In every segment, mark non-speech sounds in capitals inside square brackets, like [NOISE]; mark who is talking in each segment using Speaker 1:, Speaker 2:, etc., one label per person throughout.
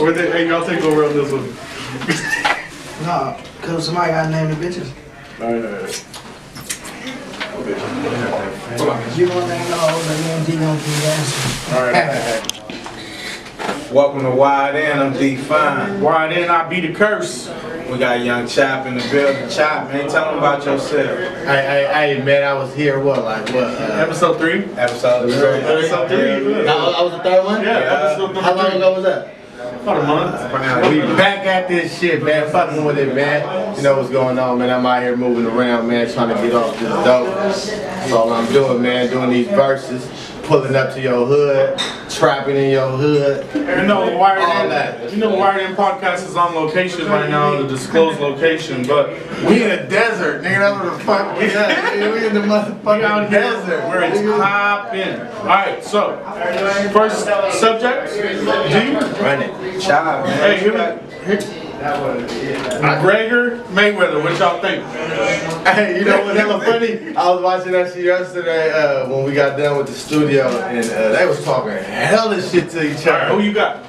Speaker 1: Or they, hey, y'all take over on this one.
Speaker 2: No, cause somebody gotta name the bitches.
Speaker 1: Alright, alright.
Speaker 2: You gonna name the hoes, and then D gonna keep dancing.
Speaker 3: Welcome to Wide In, I'm D Fine.
Speaker 1: Why then I be the curse?
Speaker 3: We got Young Chop in the building. Chop, man, tell them about yourself.
Speaker 4: Hey, hey, hey, man, I was here, what, like, what? Uh,
Speaker 1: Episode three?
Speaker 3: Episode three.
Speaker 1: Episode three?
Speaker 4: I, I was the third one?
Speaker 1: Yeah, episode number
Speaker 4: How long
Speaker 1: three.
Speaker 4: ago was that?
Speaker 1: About a month.
Speaker 4: We back at this shit, man, fucking with it, man. You know what's going on, man. I'm out here moving around, man, trying to get off this dope. That's all I'm doing, man, doing these verses, pulling up to your hood, trapping in your hood.
Speaker 1: You know, Wired
Speaker 4: All
Speaker 1: In,
Speaker 4: that.
Speaker 1: you know, Wired In podcast is on location right now, the disclosed location, but
Speaker 4: We in the desert, nigga, that's what the fuck we at. nigga. We in the
Speaker 1: we out
Speaker 4: motherfucking
Speaker 1: here
Speaker 4: desert.
Speaker 1: where it's
Speaker 4: nigga.
Speaker 1: popping. Alright, so first subject, D.
Speaker 3: Run it. Chop, man.
Speaker 1: Hey, here we. here- Gregor Mayweather, what y'all think?
Speaker 4: Hey, you know what's hella funny? I was watching that shit yesterday uh, when we got done with the studio, and uh, they was talking hella shit to each
Speaker 1: Alright, who
Speaker 4: other.
Speaker 1: you got?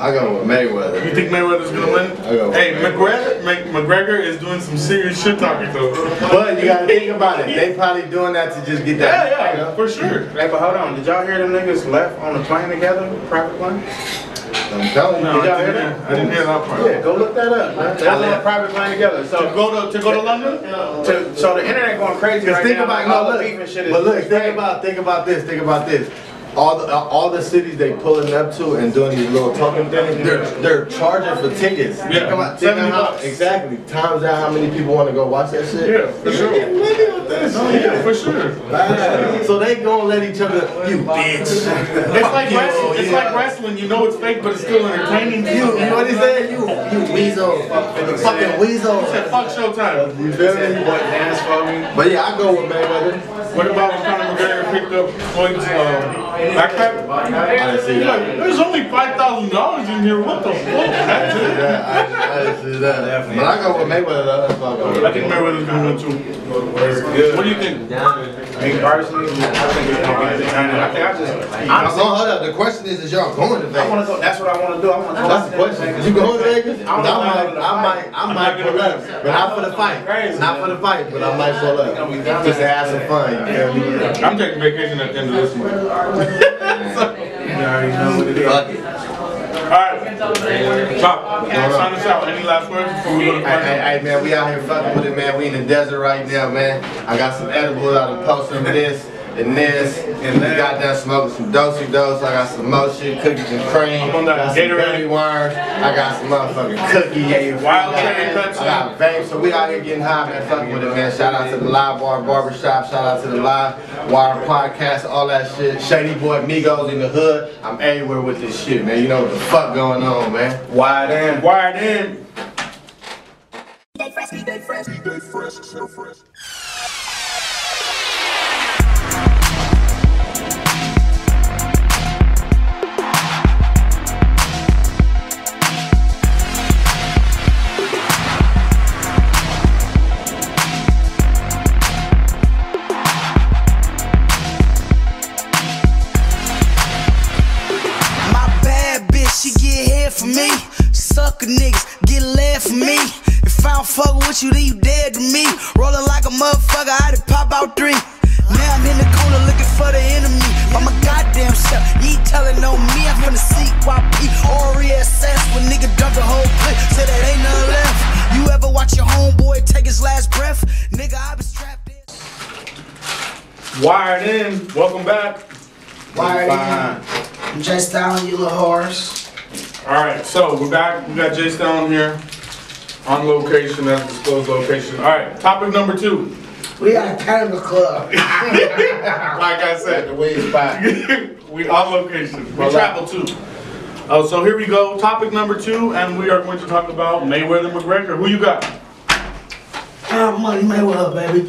Speaker 4: I go with
Speaker 1: You
Speaker 4: Mayweather.
Speaker 1: think Mayweather's gonna
Speaker 4: I go
Speaker 1: win?
Speaker 4: with
Speaker 1: Hey, McGregor,
Speaker 4: Mayweather.
Speaker 1: Mc- McGregor is doing some serious shit talking though.
Speaker 4: But you gotta think about it. They probably doing that to just get
Speaker 1: Yeah,
Speaker 4: that.
Speaker 1: yeah, for sure.
Speaker 3: Hey, but hold on. Did y'all hear them niggas left on the plane together? Private plane?
Speaker 4: I'm telling you.
Speaker 1: No,
Speaker 4: Did y'all
Speaker 1: I
Speaker 4: hear
Speaker 1: didn't
Speaker 4: that?
Speaker 1: hear, I didn't hear that part.
Speaker 3: Yeah, go look that up, man. They was on a private plane together.
Speaker 1: To
Speaker 3: So,
Speaker 1: go to, to go to London?
Speaker 3: to, so the internet going crazy
Speaker 4: Because
Speaker 3: right
Speaker 4: think
Speaker 3: now.
Speaker 4: about
Speaker 3: all
Speaker 4: no,
Speaker 3: the
Speaker 4: look,
Speaker 3: beef and shit is
Speaker 4: but look, think
Speaker 3: crazy.
Speaker 4: about think about this, think about this. All the uh, all the cities they pulling up to and doing these little talking things, they're they're charging for tickets.
Speaker 1: Yeah,
Speaker 4: Think about, think
Speaker 1: 70
Speaker 4: about how,
Speaker 1: bucks.
Speaker 4: exactly times out how many people want to go watch that shit.
Speaker 1: Yeah, for sure.
Speaker 4: Look at this
Speaker 1: Oh,
Speaker 4: shit.
Speaker 1: yeah, for sure.
Speaker 4: Bad. So they gonna let each other, you bitch.
Speaker 1: It's like
Speaker 4: Oh,
Speaker 1: wrestling. It's
Speaker 4: yeah.
Speaker 1: like wrestling. You know it's fake, but it's still entertaining.
Speaker 4: You, you know what he said? You, you weasel. Fucking
Speaker 1: Said,
Speaker 4: weasel.
Speaker 1: Fuck Showtime.
Speaker 4: You feel me?
Speaker 3: What dance for me?
Speaker 4: But yeah, I go with Mayweather.
Speaker 1: What about when Conor McGregor picked up Floyd's uh, backpack?
Speaker 4: I didn't see
Speaker 1: He's like,
Speaker 4: that.
Speaker 1: There's only five thousand dollars in here. What the fuck? That's it.
Speaker 4: Yeah, I, I didn't see that. But I go with Mayweather. though. That's what I go with.
Speaker 1: I think Mayweather's gonna win too. What do you think?
Speaker 3: Me personally, I think it's gonna be entertaining. I think I just,
Speaker 4: I'm going, hold up. The question is, is y'all going to
Speaker 3: I
Speaker 4: Vegas?
Speaker 3: wanna go, that's what I wanna do. I wanna go.
Speaker 4: That's the question. You going to Vegas? I might, I might, I might pull up, but not for the fight. Not for the fight, but I might pull up. Just to have some fun. You feel me?
Speaker 1: I'm taking vacation at the end of this one.
Speaker 4: Fuck it.
Speaker 1: All right, Top, sign us out. Any last words before we go to
Speaker 4: Hey, hey,
Speaker 1: questions?
Speaker 4: hey, man, we out here fucking with it, man. We in the desert right now, man. I got some edibles. I done posted them this and this. And we got down smoking some dosey dose. I got some mo shit, cookies and cream.
Speaker 1: I'm on that
Speaker 4: got some
Speaker 1: Gatorade.
Speaker 4: gummy worms. I got some motherfucking cookie. Yeah,
Speaker 1: Wild cherry
Speaker 4: I
Speaker 1: Pepsi.
Speaker 4: got vape. So we out here getting high, man. Fucking with it, man. Shout out to the Live Bar Barbershop. Shout out to the Live Wire Podcast. All that shit. Shady Boy Migos in the hood. I'm everywhere with this shit, man. You know what the fuck going on, man.
Speaker 3: Wide in.
Speaker 1: Wired in.
Speaker 5: Stay fresh, stay fresh, stay fresh, stay fresh.
Speaker 6: My bad bitch, she get head for me. Sucker niggas get laugh for me. If I don't fuck with you, then you dead to me. Rolling like a motherfucker, I done pop out three. Now I'm in the corner looking for the enemy. By my goddamn self, you ain't telling on me. I'm from the CYP or ESS E when nigga dump the whole clip. Say that ain't nothing left. You ever watch your homeboy take his last breath? Nigga, I was trapped in.
Speaker 1: Wired in. Welcome back.
Speaker 2: Why
Speaker 3: Fine.
Speaker 2: are you just down, you little horse?
Speaker 1: All right, so we're back. We got Jay down here on location, at disclosed location. All right, topic number two.
Speaker 2: We got a cannibal club.
Speaker 1: Like I said, [LAUGHS]
Speaker 4: The way spot.
Speaker 1: we on location. We travel too. Oh, so here we go. Topic number two, and we are going to talk about Mayweather McGregor. Who you got?
Speaker 2: Have money Mayweather, baby.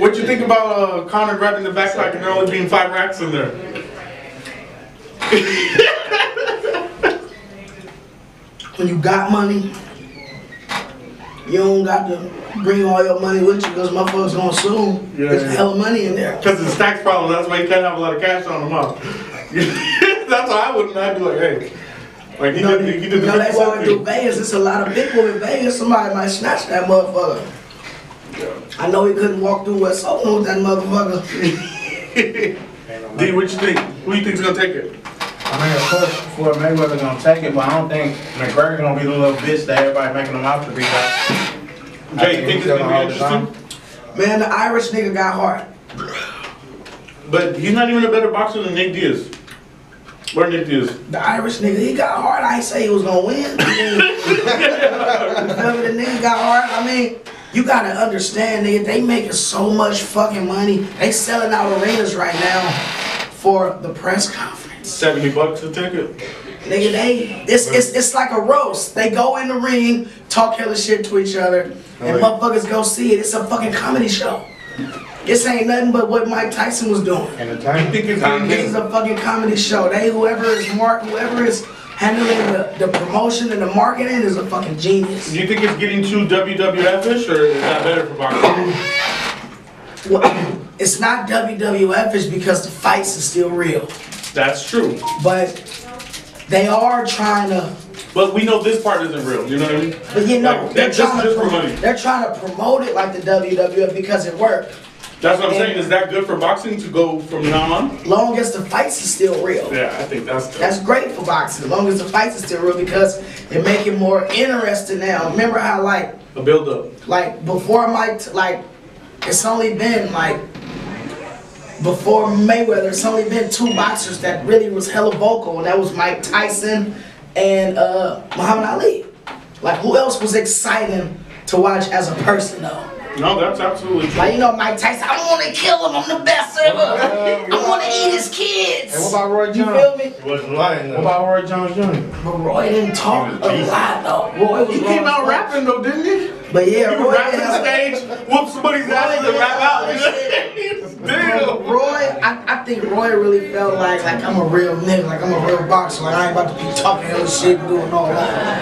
Speaker 1: What you think about uh, Connor grabbing the backpack and there only being five racks in there?
Speaker 2: When you got money, you don't got to bring all your money with you because motherfuckers gonna sue.
Speaker 1: Yeah,
Speaker 2: There's
Speaker 1: yeah.
Speaker 2: hell money in there.
Speaker 1: Because it's [LAUGHS] tax problem. That's why you can't have a lot of cash on him. Huh? That's why I wouldn't. I'd be like, hey, Like he
Speaker 2: You know,
Speaker 1: did,
Speaker 2: they,
Speaker 1: he did
Speaker 2: you
Speaker 1: the
Speaker 2: know, they
Speaker 1: fifty
Speaker 2: walking
Speaker 1: cent
Speaker 2: through
Speaker 1: thing.
Speaker 2: Vegas. It's a lot of people in Vegas. Somebody might snatch that motherfucker. I know he couldn't walk through West Oakland with that motherfucker. [LAUGHS]
Speaker 1: D, what you think? Who you think's gonna take it?
Speaker 3: I mean, of course, Floyd Mayweather gonna take it, but I don't think McGregor gonna be the little bitch that everybody making him out to be. Like,
Speaker 1: Jay, you think it's gonna be interesting?
Speaker 2: Man, the Irish nigga got heart.
Speaker 1: But he's not even a better boxer than Nick Diaz. Where Nick Diaz?
Speaker 2: The Irish nigga, he got hard. I ain't say he was gonna win. I mean, [LAUGHS] you feel me? the nigga got hard. I mean, you gotta understand, nigga, they making so much fucking money. They selling out arenas right now for the press conference.
Speaker 1: Seventy bucks a ticket.
Speaker 2: Nigga, they it's it's it's like a roast. They go in the ring, talk hella shit to each other, and motherfuckers go see it. It's a fucking comedy show. This ain't nothing but what Mike Tyson was doing.
Speaker 1: You think it's gonna
Speaker 2: This is
Speaker 1: be?
Speaker 2: a fucking comedy show. They whoever is mark whoever is handling the, the promotion and the marketing is a fucking genius.
Speaker 1: Do you think it's getting too WWF-ish, or is that better for boxing?
Speaker 2: Well, it's not WWF is because the fights are still real,
Speaker 1: That's true.
Speaker 2: but they are trying to.
Speaker 1: But we know this part isn't real. You know what I mean?
Speaker 2: But you know,
Speaker 1: Like,
Speaker 2: they're
Speaker 1: that- just,
Speaker 2: trying to
Speaker 1: just for
Speaker 2: pro-
Speaker 1: money.
Speaker 2: they're trying to promote it like the WWF because it worked.
Speaker 1: That's what I'm saying. Is that good for boxing to go from now on?
Speaker 2: Long as the fights are still real.
Speaker 1: Yeah, I think that's.
Speaker 2: That's great for boxing. As long as the fights are still real because it make it more interesting now. Remember how like
Speaker 1: A build up.
Speaker 2: like before Mike, like it's only been like before Mayweather, it's only been two boxers that really was hella vocal, and that was Mike Tyson and uh, Muhammad Ali. Like who else was exciting to watch as a person though?
Speaker 1: No, that's absolutely true.
Speaker 2: Like you know Mike Tyson, I want to kill him. I'm the best ever. I want to eat his kids.
Speaker 3: and what about Roy
Speaker 2: you
Speaker 3: Jones?
Speaker 2: feel me?
Speaker 4: Wasn't lying
Speaker 3: What about Roy Jones Jr.?
Speaker 2: But Roy didn't talk a lot though. Roy was
Speaker 1: He came
Speaker 2: wrong.
Speaker 1: out rapping though, didn't he?
Speaker 2: But yeah,
Speaker 1: He
Speaker 2: Roy
Speaker 1: would rap to the
Speaker 2: had-
Speaker 1: stage, whoop somebody's ass, and then rap out. [LAUGHS] Damn.
Speaker 2: Roy, I, I think Roy really felt like like I'm a real nigga, like I'm a real boxer, like I ain't about to be talking hella shit and doing all that.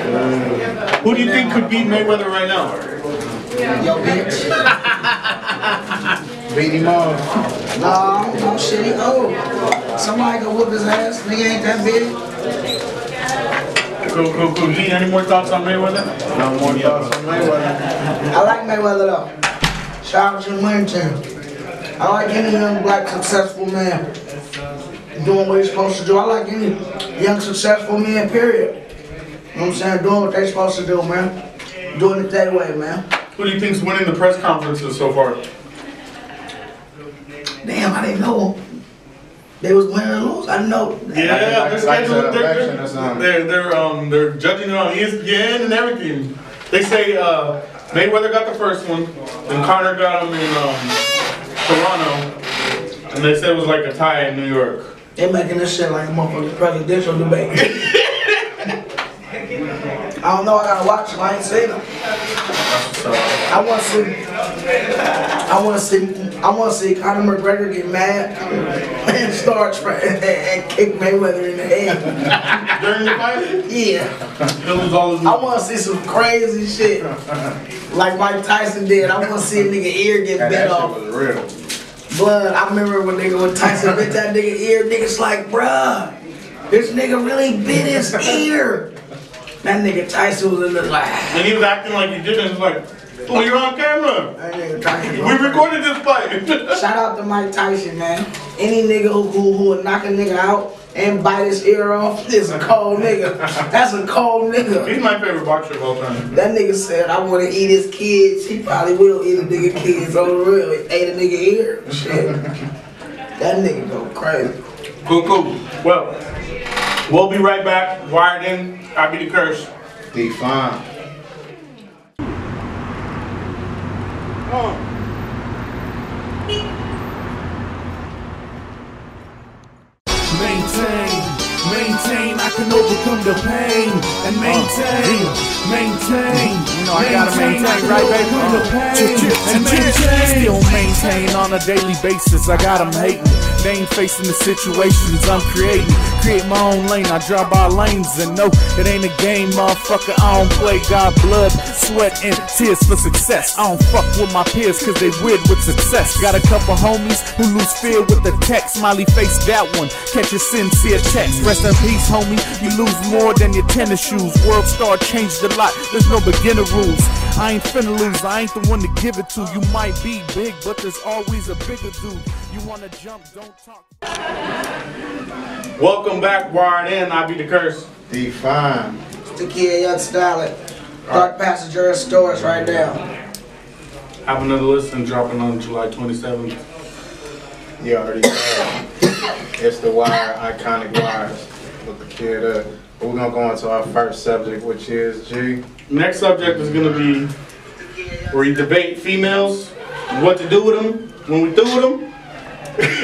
Speaker 1: Who do you think could beat Mayweather right now?
Speaker 2: Yo,
Speaker 1: [LAUGHS]
Speaker 2: bitch.
Speaker 3: Beat him up.
Speaker 2: Nah, I don't know shit. He old. Somebody can whoop his ass. Nigga ain't that big.
Speaker 1: Cool, cool, cool. Lee, any more thoughts on Mayweather?
Speaker 3: No more thoughts on Mayweather.
Speaker 2: I like Mayweather though. Shout out to the money team. I like any young black successful man doing what he's supposed to do. I like any young successful man, period. You know what I'm saying? Doing what they supposed to do, man. Doing it that way, man.
Speaker 1: Who do you think's winning the press conferences so far?
Speaker 2: Damn, I didn't know they was winning or lose. I didn't know.
Speaker 1: Yeah, they're
Speaker 3: Like- like the
Speaker 1: scheduling,
Speaker 3: election
Speaker 1: they're,
Speaker 3: or something.
Speaker 1: they're, they're, um, they're judging it on ESPN and everything. They say, uh, Mayweather got the first one, then Connor got him in, um, Toronto, and they said it was like a tie in New York.
Speaker 2: They making this shit like a motherfucking presidential debate. I don't know. I gotta watch them. I ain't seen them. I want to see. I want to see. I want to see Conor McGregor get mad and start trying and, and [LAUGHS] kick Mayweather in the head.
Speaker 1: During the fight,
Speaker 2: Yeah.
Speaker 1: he'll lose all his.
Speaker 2: I want to see some crazy shit like Mike Tyson did. I want to see a nigga ear get
Speaker 3: And
Speaker 2: bit
Speaker 3: that shit
Speaker 2: off.
Speaker 3: was real.
Speaker 2: Blood, I remember when nigga when Tyson bit that nigga ear, niggas like, bruh, this nigga really bit his ear. That nigga Tyson was in the like, that
Speaker 1: And he was acting like he didn't. He's like, "Oh, you're on camera.
Speaker 2: nigga Tyson.
Speaker 1: We recorded this fight." [LAUGHS]
Speaker 2: Shout out to Mike Tyson, man. Any nigga who who who would knock a nigga out and bite his ear off is a cold nigga. That's a cold nigga.
Speaker 1: He's my favorite boxer of all time.
Speaker 2: That nigga said, I wanna eat his kids. He probably will eat a nigga kids on the real. He ate a nigga ear. Shit. That nigga go crazy.
Speaker 1: Cool, cool. Well, we'll be right back. Wired in. I be the curse.
Speaker 3: Define.
Speaker 7: Maintain, maintain, I can overcome the pain and maintain, maintain. Uh, You know, I gotta maintain, right, baby? Uh, The pain and maintain. Still maintain on a daily basis, I got them hating. They ain't facing the situations I'm creating. Create my own lane, I draw by lanes, and no, it ain't a game, motherfucker. I don't play, got blood, sweat, and tears for success. I don't fuck with my peers, cause they weird with success. Got a couple homies who lose fear with the text. Smiley face that one, catch a sincere text. Rest in peace, homie, you lose more than your tennis shoes. World star changed a lot, there's no beginner rules. I ain't finna lose, I ain't the one to give it to. You might be big, but there's always a bigger dude. You wanna jump, don't talk.
Speaker 1: Welcome back, Wired In. I be the curse.
Speaker 4: Define.
Speaker 2: The kid, young style, dark passenger stores right now.
Speaker 1: Have another listen dropping on July 27th.
Speaker 4: You already know. it's the wire, iconic wires. Look the kid up. But we're gonna go into our first subject, which is G.
Speaker 1: Next subject is gonna be where we debate females, what to do with them when we through with them.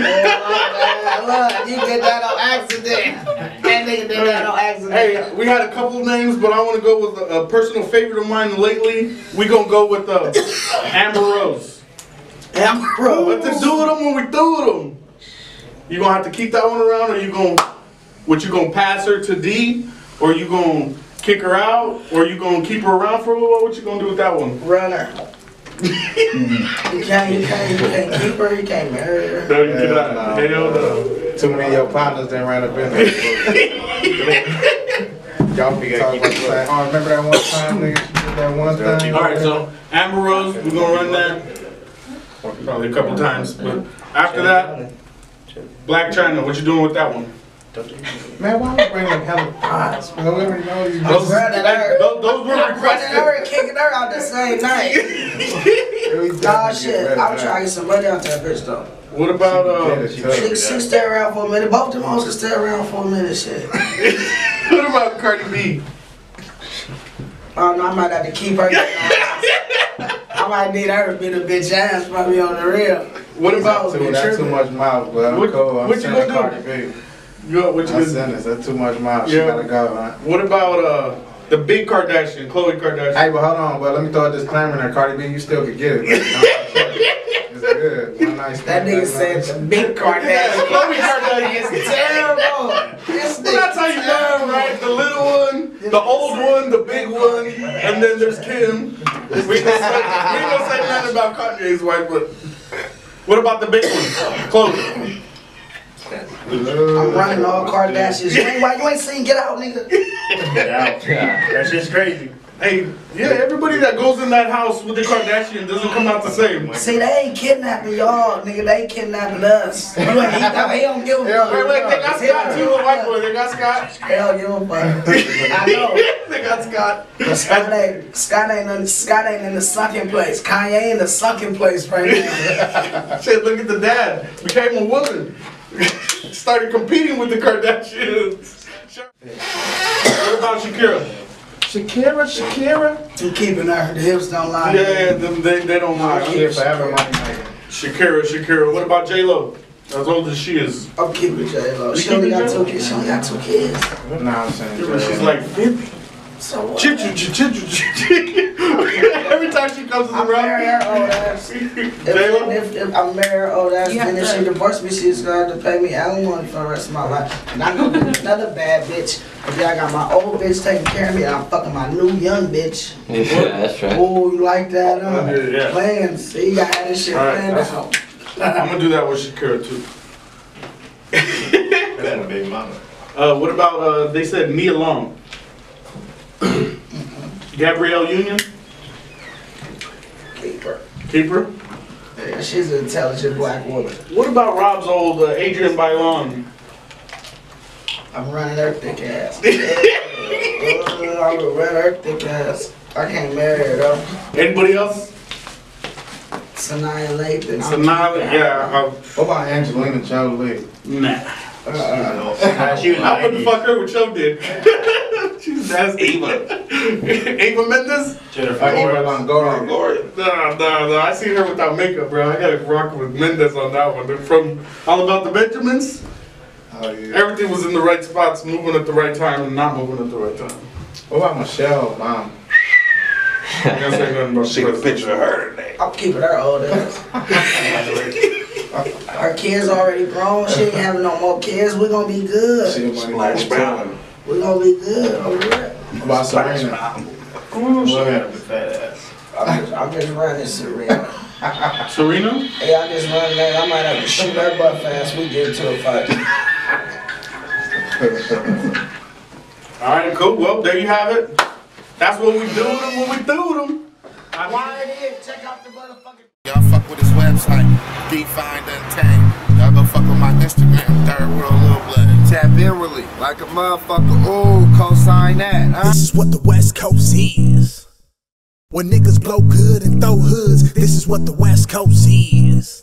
Speaker 2: Look, you did that on accident. That nigga did that on accident.
Speaker 1: Hey, we had a couple names, but I want to go with a, a personal favorite of mine lately. We gonna go with uh, Amber Rose.
Speaker 2: Amber
Speaker 1: What to do with them when we through with them? You gonna have to keep that one around, or you gonna what you gonna pass her to D, or you gonna kick her out, or you gonna keep her around for a little while? What you gonna do with that one?
Speaker 2: Runner. you can't, you can't, you can't keep her, you can't marry her.
Speaker 1: No, you cannot. Hell no.
Speaker 4: Too many of your partners done ran up in there. Y'all be talking
Speaker 3: [LAUGHS]
Speaker 4: about the same. Oh, remember that one time, nigga? She did that one thing?
Speaker 1: All right, so Amber Rose, we're gonna run that probably a couple times, but after that, Black China, what you doing with that one?
Speaker 4: Man, why we bringing hella thoughts? We already know these.
Speaker 1: Those,
Speaker 2: Brother, that-
Speaker 1: those, those were
Speaker 2: Running her
Speaker 1: requested.
Speaker 2: and kicking her out the same night.
Speaker 4: really
Speaker 2: Nah,
Speaker 4: definitely get
Speaker 2: shit.
Speaker 4: rid of
Speaker 2: I'm
Speaker 4: that.
Speaker 2: trying to get some money out that bitch though.
Speaker 1: What about uh?
Speaker 4: Yeah, she
Speaker 2: She, she stay around for a minute. Both them hoes can stay around for a minute, shit.
Speaker 1: What about Cardi B?
Speaker 2: Oh no, I might have to keep her. I might need her to be the bitch ass probably on the real.
Speaker 1: What about
Speaker 4: Too, that's too much mouth, but I'm
Speaker 1: What-
Speaker 4: cool. I'm
Speaker 1: what you
Speaker 4: sending
Speaker 1: gonna
Speaker 4: Cardi
Speaker 1: do?
Speaker 4: B.
Speaker 1: Yo, what you
Speaker 4: I'm
Speaker 1: gonna-
Speaker 4: sending this. That's too much mouth. She
Speaker 1: Yeah.
Speaker 4: gotta go, man.
Speaker 1: What about uh? The big Kardashian, Khloe Kardashian.
Speaker 4: Hey, but hold on, but let me throw a disclaimer in there, Cardi B, you still could get it. It's good. One nice
Speaker 2: That nigga said the big Kardashian.
Speaker 1: Khloe
Speaker 2: [LAUGHS]
Speaker 1: Kardashian.
Speaker 2: It's terrible. This
Speaker 1: Well, that's
Speaker 2: nigga.
Speaker 1: how you learn, right? The little one, the old one, the big one, and then there's Kim. We don't say, we don't say nothing about Kanye's wife, but what about the big one, Chloe?
Speaker 2: I'm running all Kardashians. You ain't, why you ain't seen Get Out, nigga?
Speaker 8: That shit's crazy.
Speaker 1: Hey, yeah, everybody that goes in that house with the Kardashian doesn't come out the same. Wait,
Speaker 2: See, they ain't kidnapping y'all, nigga. They kidnapping us. You ain't- He don't he don't give a fuck.
Speaker 1: wait, they got Scott too, the white boy. They got Scott. [LAUGHS]
Speaker 2: They don't give a fuck. I know.
Speaker 1: They got Scott.
Speaker 2: But Scott ain't, Scott ain't, in, Scott ain't in the sunken place. Kanye in the sunken place right now.
Speaker 1: Shit, look at the dad. Became a woman. [LAUGHS] Started competing with the Kardashians. What about Shakira?
Speaker 4: Shakira, Shakira.
Speaker 2: I'm keeping her. The hips don't lie.
Speaker 1: Yeah, them- they, they don't
Speaker 2: Ah,
Speaker 4: Shakira
Speaker 1: mind.
Speaker 4: forever, my nigga.
Speaker 1: Shakira, Shakira. What about J Lo? As old as she is,
Speaker 2: I'm keeping J Lo. She only got two kids. She only got two kids.
Speaker 4: Nah, I'm saying.
Speaker 1: she's like fifty.
Speaker 2: So what?
Speaker 1: Chip, chip, chip, chip, chip, chip. [LAUGHS] Every time she comes
Speaker 2: I'm marrying
Speaker 1: around,
Speaker 2: her
Speaker 1: [LAUGHS]
Speaker 2: oh, old ass. If,
Speaker 1: J Lo.
Speaker 2: if, if I'm oh, marrying her old ass, and if she divorced me, she's gonna have to pay me alimony for the rest of my life. And I'm gonna be another bad bitch. If y'all got my old bitch taking care of me, and I'm fucking my new young bitch.
Speaker 9: Yeah, that's right.
Speaker 2: Oh, you like that? Huh?
Speaker 1: Yeah.
Speaker 2: Plans. See, y'all had this shit
Speaker 1: All right,
Speaker 2: planned
Speaker 1: that's-
Speaker 2: out.
Speaker 1: I'm gonna do that with Shakira too.
Speaker 8: That's my baby mama.
Speaker 1: Uh, what about uh, they said me alone? [COUGHS] Gabrielle Union,
Speaker 2: Keeper.
Speaker 1: keeper.
Speaker 2: Yeah, she's an intelligent black woman.
Speaker 1: What about Rob's old uh, Adrian Bailon? [LAUGHS]
Speaker 2: I'm running her thick ass. Uh, I'm gonna run her thick ass. I can't marry her though.
Speaker 1: Anybody else?
Speaker 2: Sanaya Lathan.
Speaker 1: So now, yeah, uh,
Speaker 4: What about Angelina Jolie? Uh,
Speaker 1: nah.
Speaker 8: She was
Speaker 1: I
Speaker 8: 90s.
Speaker 1: wouldn't fuck her with Chum did. [LAUGHS] She's nasty. Ava. [LAUGHS] Ava Mendes?
Speaker 8: Jennifer
Speaker 4: Or Eva
Speaker 8: Lawrence.
Speaker 4: Longoria?
Speaker 1: Nah, nah, nah. I seen her without makeup, bro. I gotta rock with Mendes on that one. They're from All About the Benjamins.
Speaker 4: Oh, yeah.
Speaker 1: Everything was in the right spots, moving at the right time, and not moving at the right time.
Speaker 4: What about Michelle, mom?
Speaker 1: I can't say nothing about the president.
Speaker 2: I'm keeping her old ass. Her kids already grown. She ain't having no more kids. We're gonna be good.
Speaker 4: Splash Brown.
Speaker 2: We're gonna be good. over here.
Speaker 4: About Serena.
Speaker 8: had a fat ass.
Speaker 9: I'm just, I'm just running Serena.
Speaker 1: Serena?
Speaker 9: Hey, I'm just running that. I might have to shoot her butt fast. We get into a fight.
Speaker 1: All right, cool. Well, there you have it. That's what we do them when we do them. I
Speaker 10: Y'all fuck with his website, Defined Untamed. Y'all go fuck with my Instagram, Third World Lil Blood. Tap in with it like a motherfucker. Ooh, cosign that. huh?
Speaker 6: This is what the West Coast is. When niggas blow good and throw hoods, this is what the West Coast is.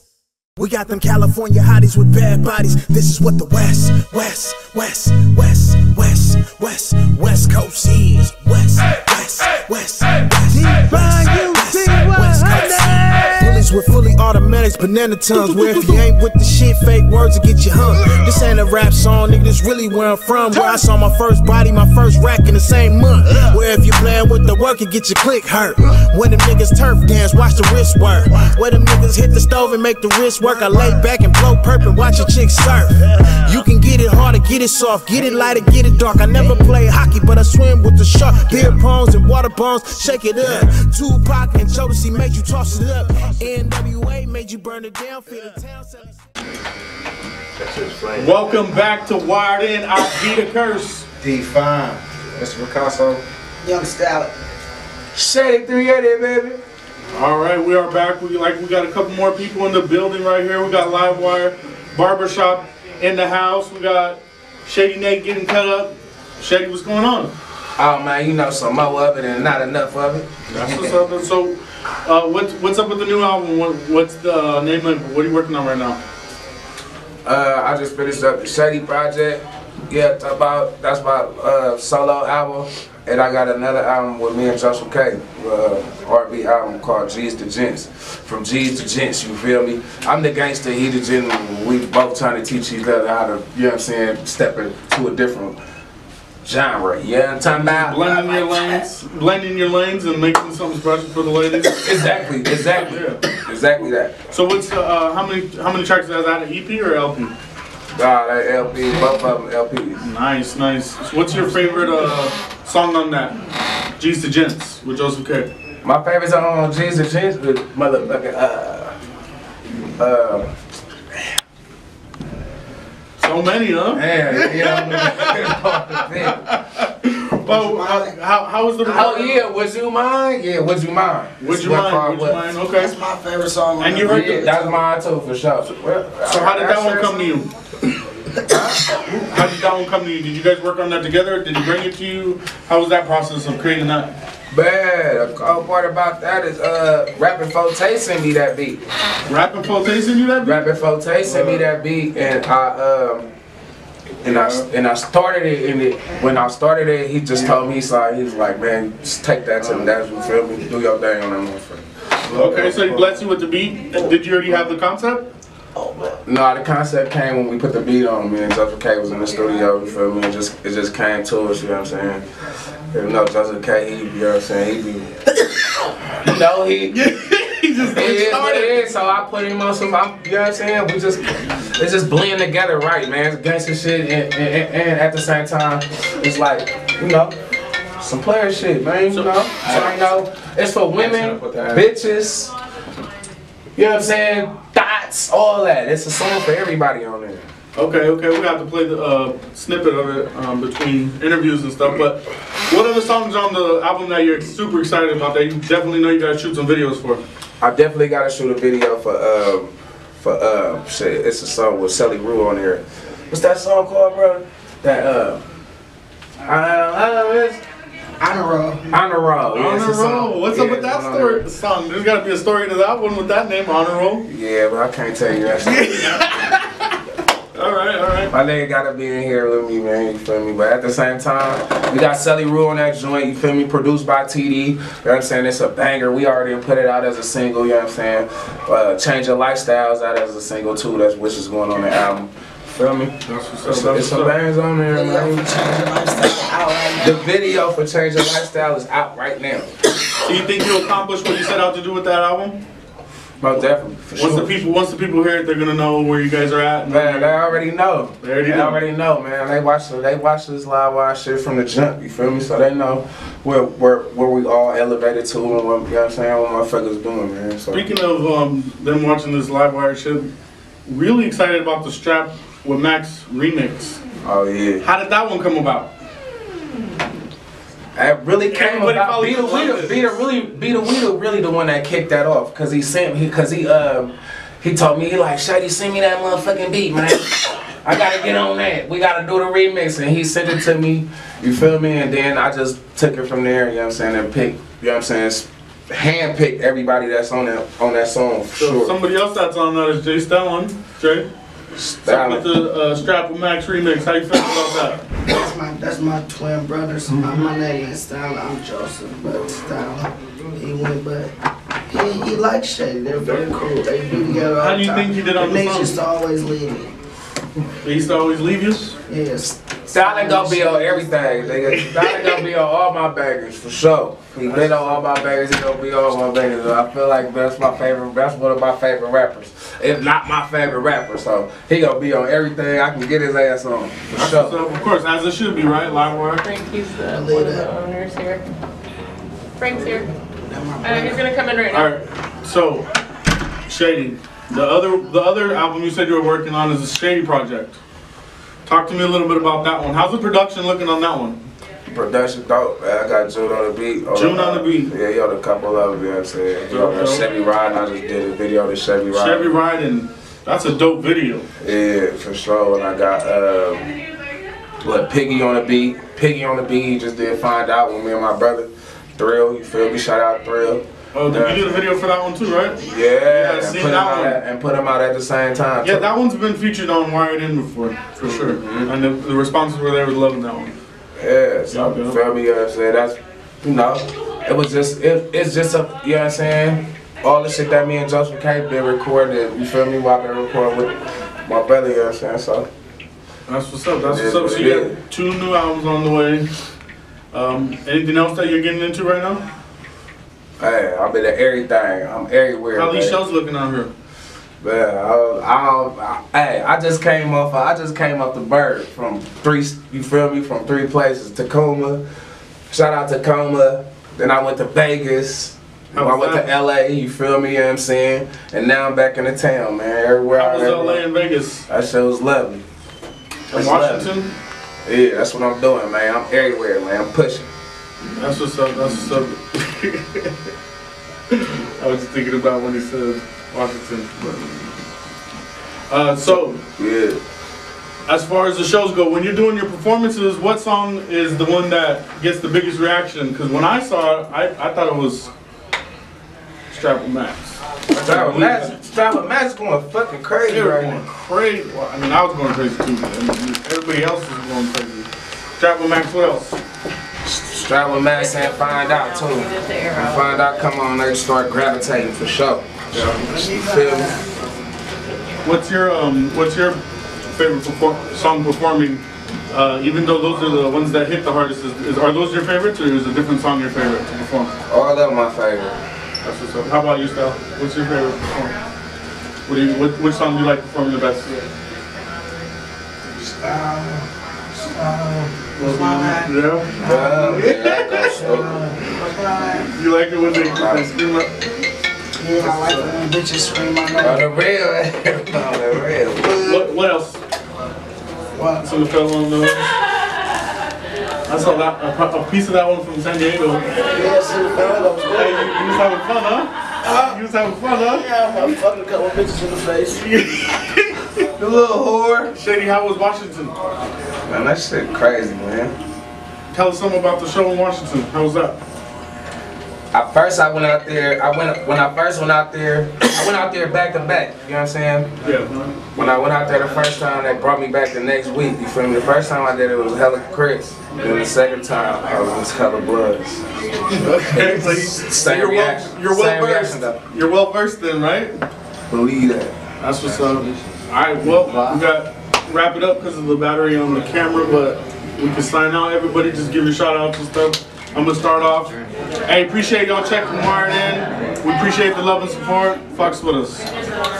Speaker 6: We got them California hotties with bad bodies. This is what the West, West, West, West, West, West, West Coast is. West, West, West, West, West, West, West Coast is. Bullies with fully automatics, banana tongues. Where if you ain't with the shit, fake words will get you hung. This ain't a rap song, nigga. This really where I'm from. Where I saw my first body, my first rack in the same month. Where if you playing with the work, it get your click hurt. Where them niggas turf dance, watch the wrist work. Where them niggas hit the stove and make the wrist work. I lay back and blow purple, watch a chick surf. You can get it harder, get it soft, get it lighter, get it dark. I never play hockey, but I swim with the shark. Beer pongs and water bones, shake it up. Tupac and Jodeci made you toss it up. NWA made you burn it down, feel the town. sell it-
Speaker 8: That's just flame.
Speaker 1: Welcome back to Wired In. I beat a curse.
Speaker 4: Define.
Speaker 9: Mr. Picasso.
Speaker 2: Young Stallion.
Speaker 9: Shady 380, baby.
Speaker 1: All right, we are back. We like we got a couple more people in the building right here. We got Livewire, Barbershop in the house. We got Shady Nate getting cut up. Shady, what's going on?
Speaker 9: Oh, man, you know some more of it and not enough of it.
Speaker 1: That's what's up. And so, uh, what's what's up with the new album? What, what's the uh, name of it? What are you working on right now?
Speaker 9: Uh, I just finished up the Shady project. Yeah, it's about that's my uh, solo album, and I got another album with me and Joshua K. Uh, R&B album called G's to Gents. From G's to Gents, you feel me? I'm the gangster, he the gentleman. We both trying to teach each other how to, you know what I'm saying, step into a different genre. Yeah, I'm talking about.
Speaker 1: Blending your lanes, blending your lanes, and making something special for the ladies.
Speaker 9: Exactly, exactly, exactly that.
Speaker 1: So, what's the, uh, how many how many tracks is that? Is that an EP or LP?
Speaker 9: Nah, that LP, both of them LPs.
Speaker 1: Nice, nice. So what's your favorite uh, song on that? G's to Gents with Joseph K.
Speaker 9: My favorite song on G's and G's was motherfucking, uh, uh,
Speaker 1: So many, huh?
Speaker 9: man, you know what
Speaker 1: Oh, how, how, how was the
Speaker 9: Oh, yeah, would you mind? Yeah, would you mind?
Speaker 1: Would you mind? Would you mind? Okay.
Speaker 2: That's my favorite song. on
Speaker 1: And
Speaker 2: the-
Speaker 1: you heard
Speaker 9: Yeah,
Speaker 1: the,
Speaker 9: that's mine too, for sure.
Speaker 1: so how did that one come to you? How did that one come to you? Did you guys work on that together? Did he bring it to you? How was that process of creating that?
Speaker 9: Man, the cool part about that is, uh, Rapping Forte sent me that beat.
Speaker 1: Rapping Flotation, you that? beat?
Speaker 9: Rapping Forte sent me that beat, and I um, and I and I started it. And it, when I started it, he just told me, he's like, he's like, man, just take that to me. That's what feel me. Do your thing on that motherfucker.
Speaker 1: Okay, so he blessed you with the beat. Did you already have the concept?
Speaker 9: No, the concept came when we put the beat on. Me and Joseph K was in the studio. You feel me? It just it just came to us. You know what I'm saying? You know Joseph K, he, you know what I'm saying? He be, [COUGHS] you know he.
Speaker 1: he just
Speaker 9: It is what it is. So I put him on some. I'm, you know what I'm saying? We just it's just blend together right, man. It's gangster shit, and, and, and, and at the same time, it's like you know some player shit, man. You know, so you know it's for women, bitches. You know what I'm saying? Thoughts, all that. It's a song for everybody on there.
Speaker 1: Okay, okay, we have to play the uh, snippet of it um, between interviews and stuff. But what other songs on the album that you're super excited about that you definitely know you gotta shoot some videos for?
Speaker 9: I definitely gotta shoot a video for um for uh shit. It's a song with Sally Rue on there. What's that song called, bro? That uh. I don't know, it's
Speaker 2: Honor
Speaker 9: Honor Roll. yeah, it's
Speaker 1: Honor
Speaker 9: a song.
Speaker 1: Roll. What's
Speaker 9: Yeah,
Speaker 1: up with that
Speaker 9: it's on
Speaker 1: story? Song. There's gotta be a story to that one with that name, Honor Roll.
Speaker 9: there. Yeah, but I can't tell you that. story.
Speaker 1: All right, all right.
Speaker 9: My nigga gotta be in here with me, man. You feel me? But at the same time, we got Sully Rule on that joint. You feel me? Produced by TD. You know what I'm saying? It's a banger. We already put it out as a single. You know what I'm saying? Uh, Change Your Lifestyles out as a single too. That's which is going on the album. Feel me?
Speaker 1: That's what's
Speaker 9: There's some, there's some bangers on there,
Speaker 2: Roll.
Speaker 9: man. The video for Change Your Lifestyle is out right now.
Speaker 1: So you think you'll accomplish what you set out to do with that album?
Speaker 9: Most definitely. For
Speaker 1: Once
Speaker 9: sure.
Speaker 1: the people, once the people hear it, they're gonna know where you guys are at.
Speaker 9: Man, they already know.
Speaker 1: They already
Speaker 9: They
Speaker 1: know.
Speaker 9: already know, man. They watch they watch this live wire shit from the jump. You feel me? So they know where where where we all elevated to and what you know what I'm saying. What motherfuckers doing, man. So
Speaker 1: Speaking of um, them watching this live wire shit, really excited about the strap with Max remix.
Speaker 9: Oh yeah.
Speaker 1: How did that one come about?
Speaker 9: That really came
Speaker 1: Everybody
Speaker 9: about.
Speaker 1: probably
Speaker 9: Be the
Speaker 1: loved
Speaker 9: Weedle,
Speaker 1: it.
Speaker 9: be the really, be the Weedle really the one that kicked that off because he sent he because he um he told me he like Shady send me that motherfucking beat man. I gotta get on that. We gotta do the remix and he sent it to me. You feel me? And then I just took it from there. You know what I'm saying? And picked. You know what I'm saying? s- Handpicked everybody that's on that on that song for
Speaker 1: So
Speaker 9: sure.
Speaker 1: somebody else that's on that is Jay Stellan. Jay,
Speaker 9: Stellan.
Speaker 1: with the uh, strap with Max remix. How you feel about that?
Speaker 11: That's my that's my twin brother. So my, my name is Styler. I'm Joseph, but Styler, he went, but he, he likes Shady. They're very cool. They do together all
Speaker 1: How do you
Speaker 11: the time.
Speaker 1: think he did on
Speaker 11: But
Speaker 1: the
Speaker 11: niggas
Speaker 1: song?
Speaker 11: used to always leave me.
Speaker 1: They used to always leave you.
Speaker 11: Yes.
Speaker 9: Styling gonna be on everything, nigga. Styling gonna be on all my bangers for sure. He been on all my bangers. He gonna be on all my bangers. I feel like that's my favorite. That's one of my favorite rappers, if not my favorite rapper. So he gonna be on everything I can get his ass on for sure.
Speaker 1: So of course, as it should be, right? Live wire.
Speaker 12: Frank, he's the, one of the owners here. Frank's here. Uh, he's gonna come in right
Speaker 1: All
Speaker 12: now.
Speaker 1: right. So, Shady, the other the other album you said you were working on is the Shady Project. Talk to me a little bit about that one. How's the production looking on that one?
Speaker 9: Production dope, man. I got June on the beat. Oh,
Speaker 1: June on the
Speaker 9: beat. Yeah, he on a couple of them. You know what I'm saying? He on the Chevy Ride. I just did a video to Chevy Ride.
Speaker 1: Chevy riding. That's a dope video.
Speaker 9: Yeah, for sure. And I got um, what Piggy on the beat. Piggy on the beat. He just did find out with me and my brother Thrill. You feel me? Shout out Thrill.
Speaker 1: Oh, you did a video for that one too, right?
Speaker 9: Yeah,
Speaker 1: Yeah,
Speaker 9: and
Speaker 1: seen
Speaker 9: put him
Speaker 1: that
Speaker 9: out
Speaker 1: one.
Speaker 9: at, and put him out at the same time.
Speaker 1: Yeah,
Speaker 9: too.
Speaker 1: that one's been featured on Wired In before, for
Speaker 9: Mm-hmm.
Speaker 1: sure. And the, the responses were there was loving that one.
Speaker 9: Yeah, so you feel me? You know what I'm saying? That's, you know, it was just, it, it's just a, you know what I'm saying? All the shit that me and Joseph K been recording, you feel me? While I've been recording with my brother, you know what I'm saying? So,
Speaker 1: That's what's up. That's
Speaker 9: It
Speaker 1: what's
Speaker 9: is
Speaker 1: up.
Speaker 9: what
Speaker 1: So
Speaker 9: it
Speaker 1: you got two new albums on the way. Um, anything else that you're getting into right now?
Speaker 9: hey, I've been at everything. I'm everywhere.
Speaker 1: How these
Speaker 9: man.
Speaker 1: shows looking out here?
Speaker 9: Man, uh, I, I, I, hey, I just came off. I just came off the bird from three. You feel me? From three places. Tacoma. Shout out Tacoma. Then I went to Vegas.
Speaker 1: How
Speaker 9: I
Speaker 1: was
Speaker 9: went to LA. You feel me? You know what I'm saying? And now I'm back in the town, man. Everywhere.
Speaker 1: How was
Speaker 9: I
Speaker 1: LA and Vegas?
Speaker 9: That shit was lovely.
Speaker 1: In
Speaker 9: It's
Speaker 1: Washington?
Speaker 9: lovely. Yeah, that's what I'm doing, man. I'm everywhere, man. I'm pushing.
Speaker 1: That's what's up. That's what's up. [LAUGHS] I was just thinking about when he said Washington. but- Uh, so.
Speaker 9: Yeah.
Speaker 1: As far as the shows go, when you're doing your performances, what song is the one that gets the biggest reaction? Because when I saw it, I, I thought it was Strap with Max.
Speaker 9: Strap with Max- Strap with Max going fucking crazy
Speaker 1: They were
Speaker 9: right
Speaker 1: going crazy. Well, I mean, I was going crazy too. but I mean, everybody else is going crazy. Strap with Max, what else?
Speaker 9: Strap with Max and find out too. And find out, come on, they start gravitating for sure. You feel me?
Speaker 1: What's your um? What's your favorite perfor- song performing? Uh, even though those are the ones that hit the hardest, is, is, are those your favorites, or is a different song your favorite to perform?
Speaker 9: All of my favorite.
Speaker 1: That's what's up. How about you, Stel? What's your favorite perform? What do you? What, which song do you like performing the best?
Speaker 9: Yeah.
Speaker 1: you like it when they, they scream up?
Speaker 11: Yeah, I like it when bitches scream my name.
Speaker 9: On the real, on the real.
Speaker 1: What, what else?
Speaker 11: What?
Speaker 1: Some fell on the. I saw that a, pro- a piece of that one from San Diego. Yeah, Hey, you, you was having fun, huh? you was having fun, huh?
Speaker 11: Yeah, I'm fucking a couple bitches in the
Speaker 1: [LAUGHS]
Speaker 11: face.
Speaker 1: The little whore. Shady, how was Washington?
Speaker 9: Man, that shit crazy, man.
Speaker 1: Tell us something about the show in Washington. How was that?
Speaker 9: At first, I went out there. I went when I first went out there. [COUGHS] I went out there back to back. You know what I'm saying?
Speaker 1: Yeah.
Speaker 9: When I went out there the first time, they brought me back the next week. You feel me? The first time I did it was hella Chris. Then the second time, I was hella Bloods.
Speaker 1: Okay, so you, so
Speaker 9: Same
Speaker 1: you're
Speaker 9: reaction.
Speaker 1: well, you're well
Speaker 9: Same reaction, though.
Speaker 1: versed. You're well versed then, right?
Speaker 9: Believe that.
Speaker 1: That's what's up. All right, well, we got wrap it up because of the battery on the camera, but we can sign out. Everybody, just give your shout outs and stuff. I'm gonna start off. Hey, appreciate y'all checking Wired in. We appreciate the love and support. Fucks with us.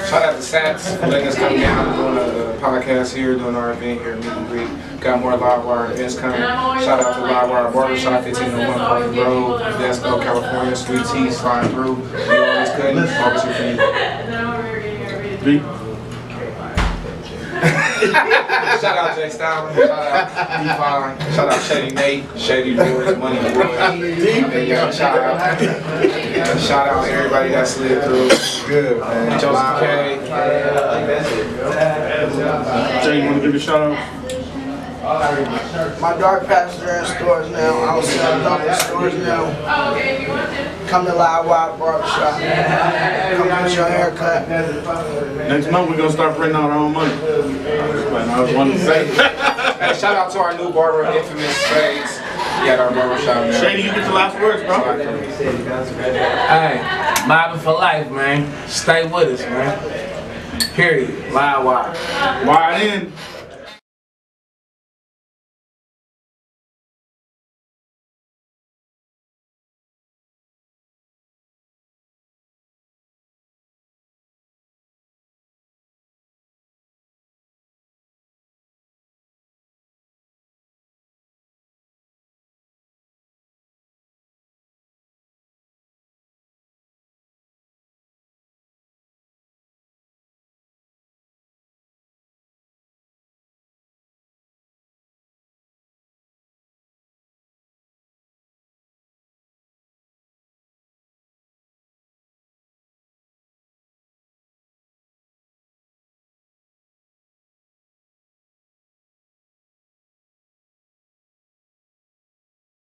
Speaker 3: Shout out to Sats for letting us come down doing a podcast here, doing our event here, meet and greet. Got more Livewire events coming. Shout out to Livewire Barbershop, 1501 Park Road, Modesto, California, Sweet Tea, slide through. We always couldn't, always here for
Speaker 1: you.
Speaker 12: Oh,
Speaker 3: Shout out Jay Stalin, shout out D Fine, shout out Shady Nate, Shady Boys, Money Boys, Young Child. Shout out everybody that slid through. Good, man. Joseph K.
Speaker 1: Jay, you wanna give a shout out?
Speaker 2: My dark passenger in stores now. I was selling dope in stores now. Come to Live Wire Barbershop. Come get your hair cut.
Speaker 1: Next month, we're gonna start printing out our own money. But I was wanting to say.
Speaker 3: Hey, shout out to our new barber, Infamous Spades. We got our barber shop. now.
Speaker 1: Shady, you get the last words, bro.
Speaker 9: Hey, mobbing for life, man. Stay with us, man. Period. Live wire.
Speaker 1: Wide in.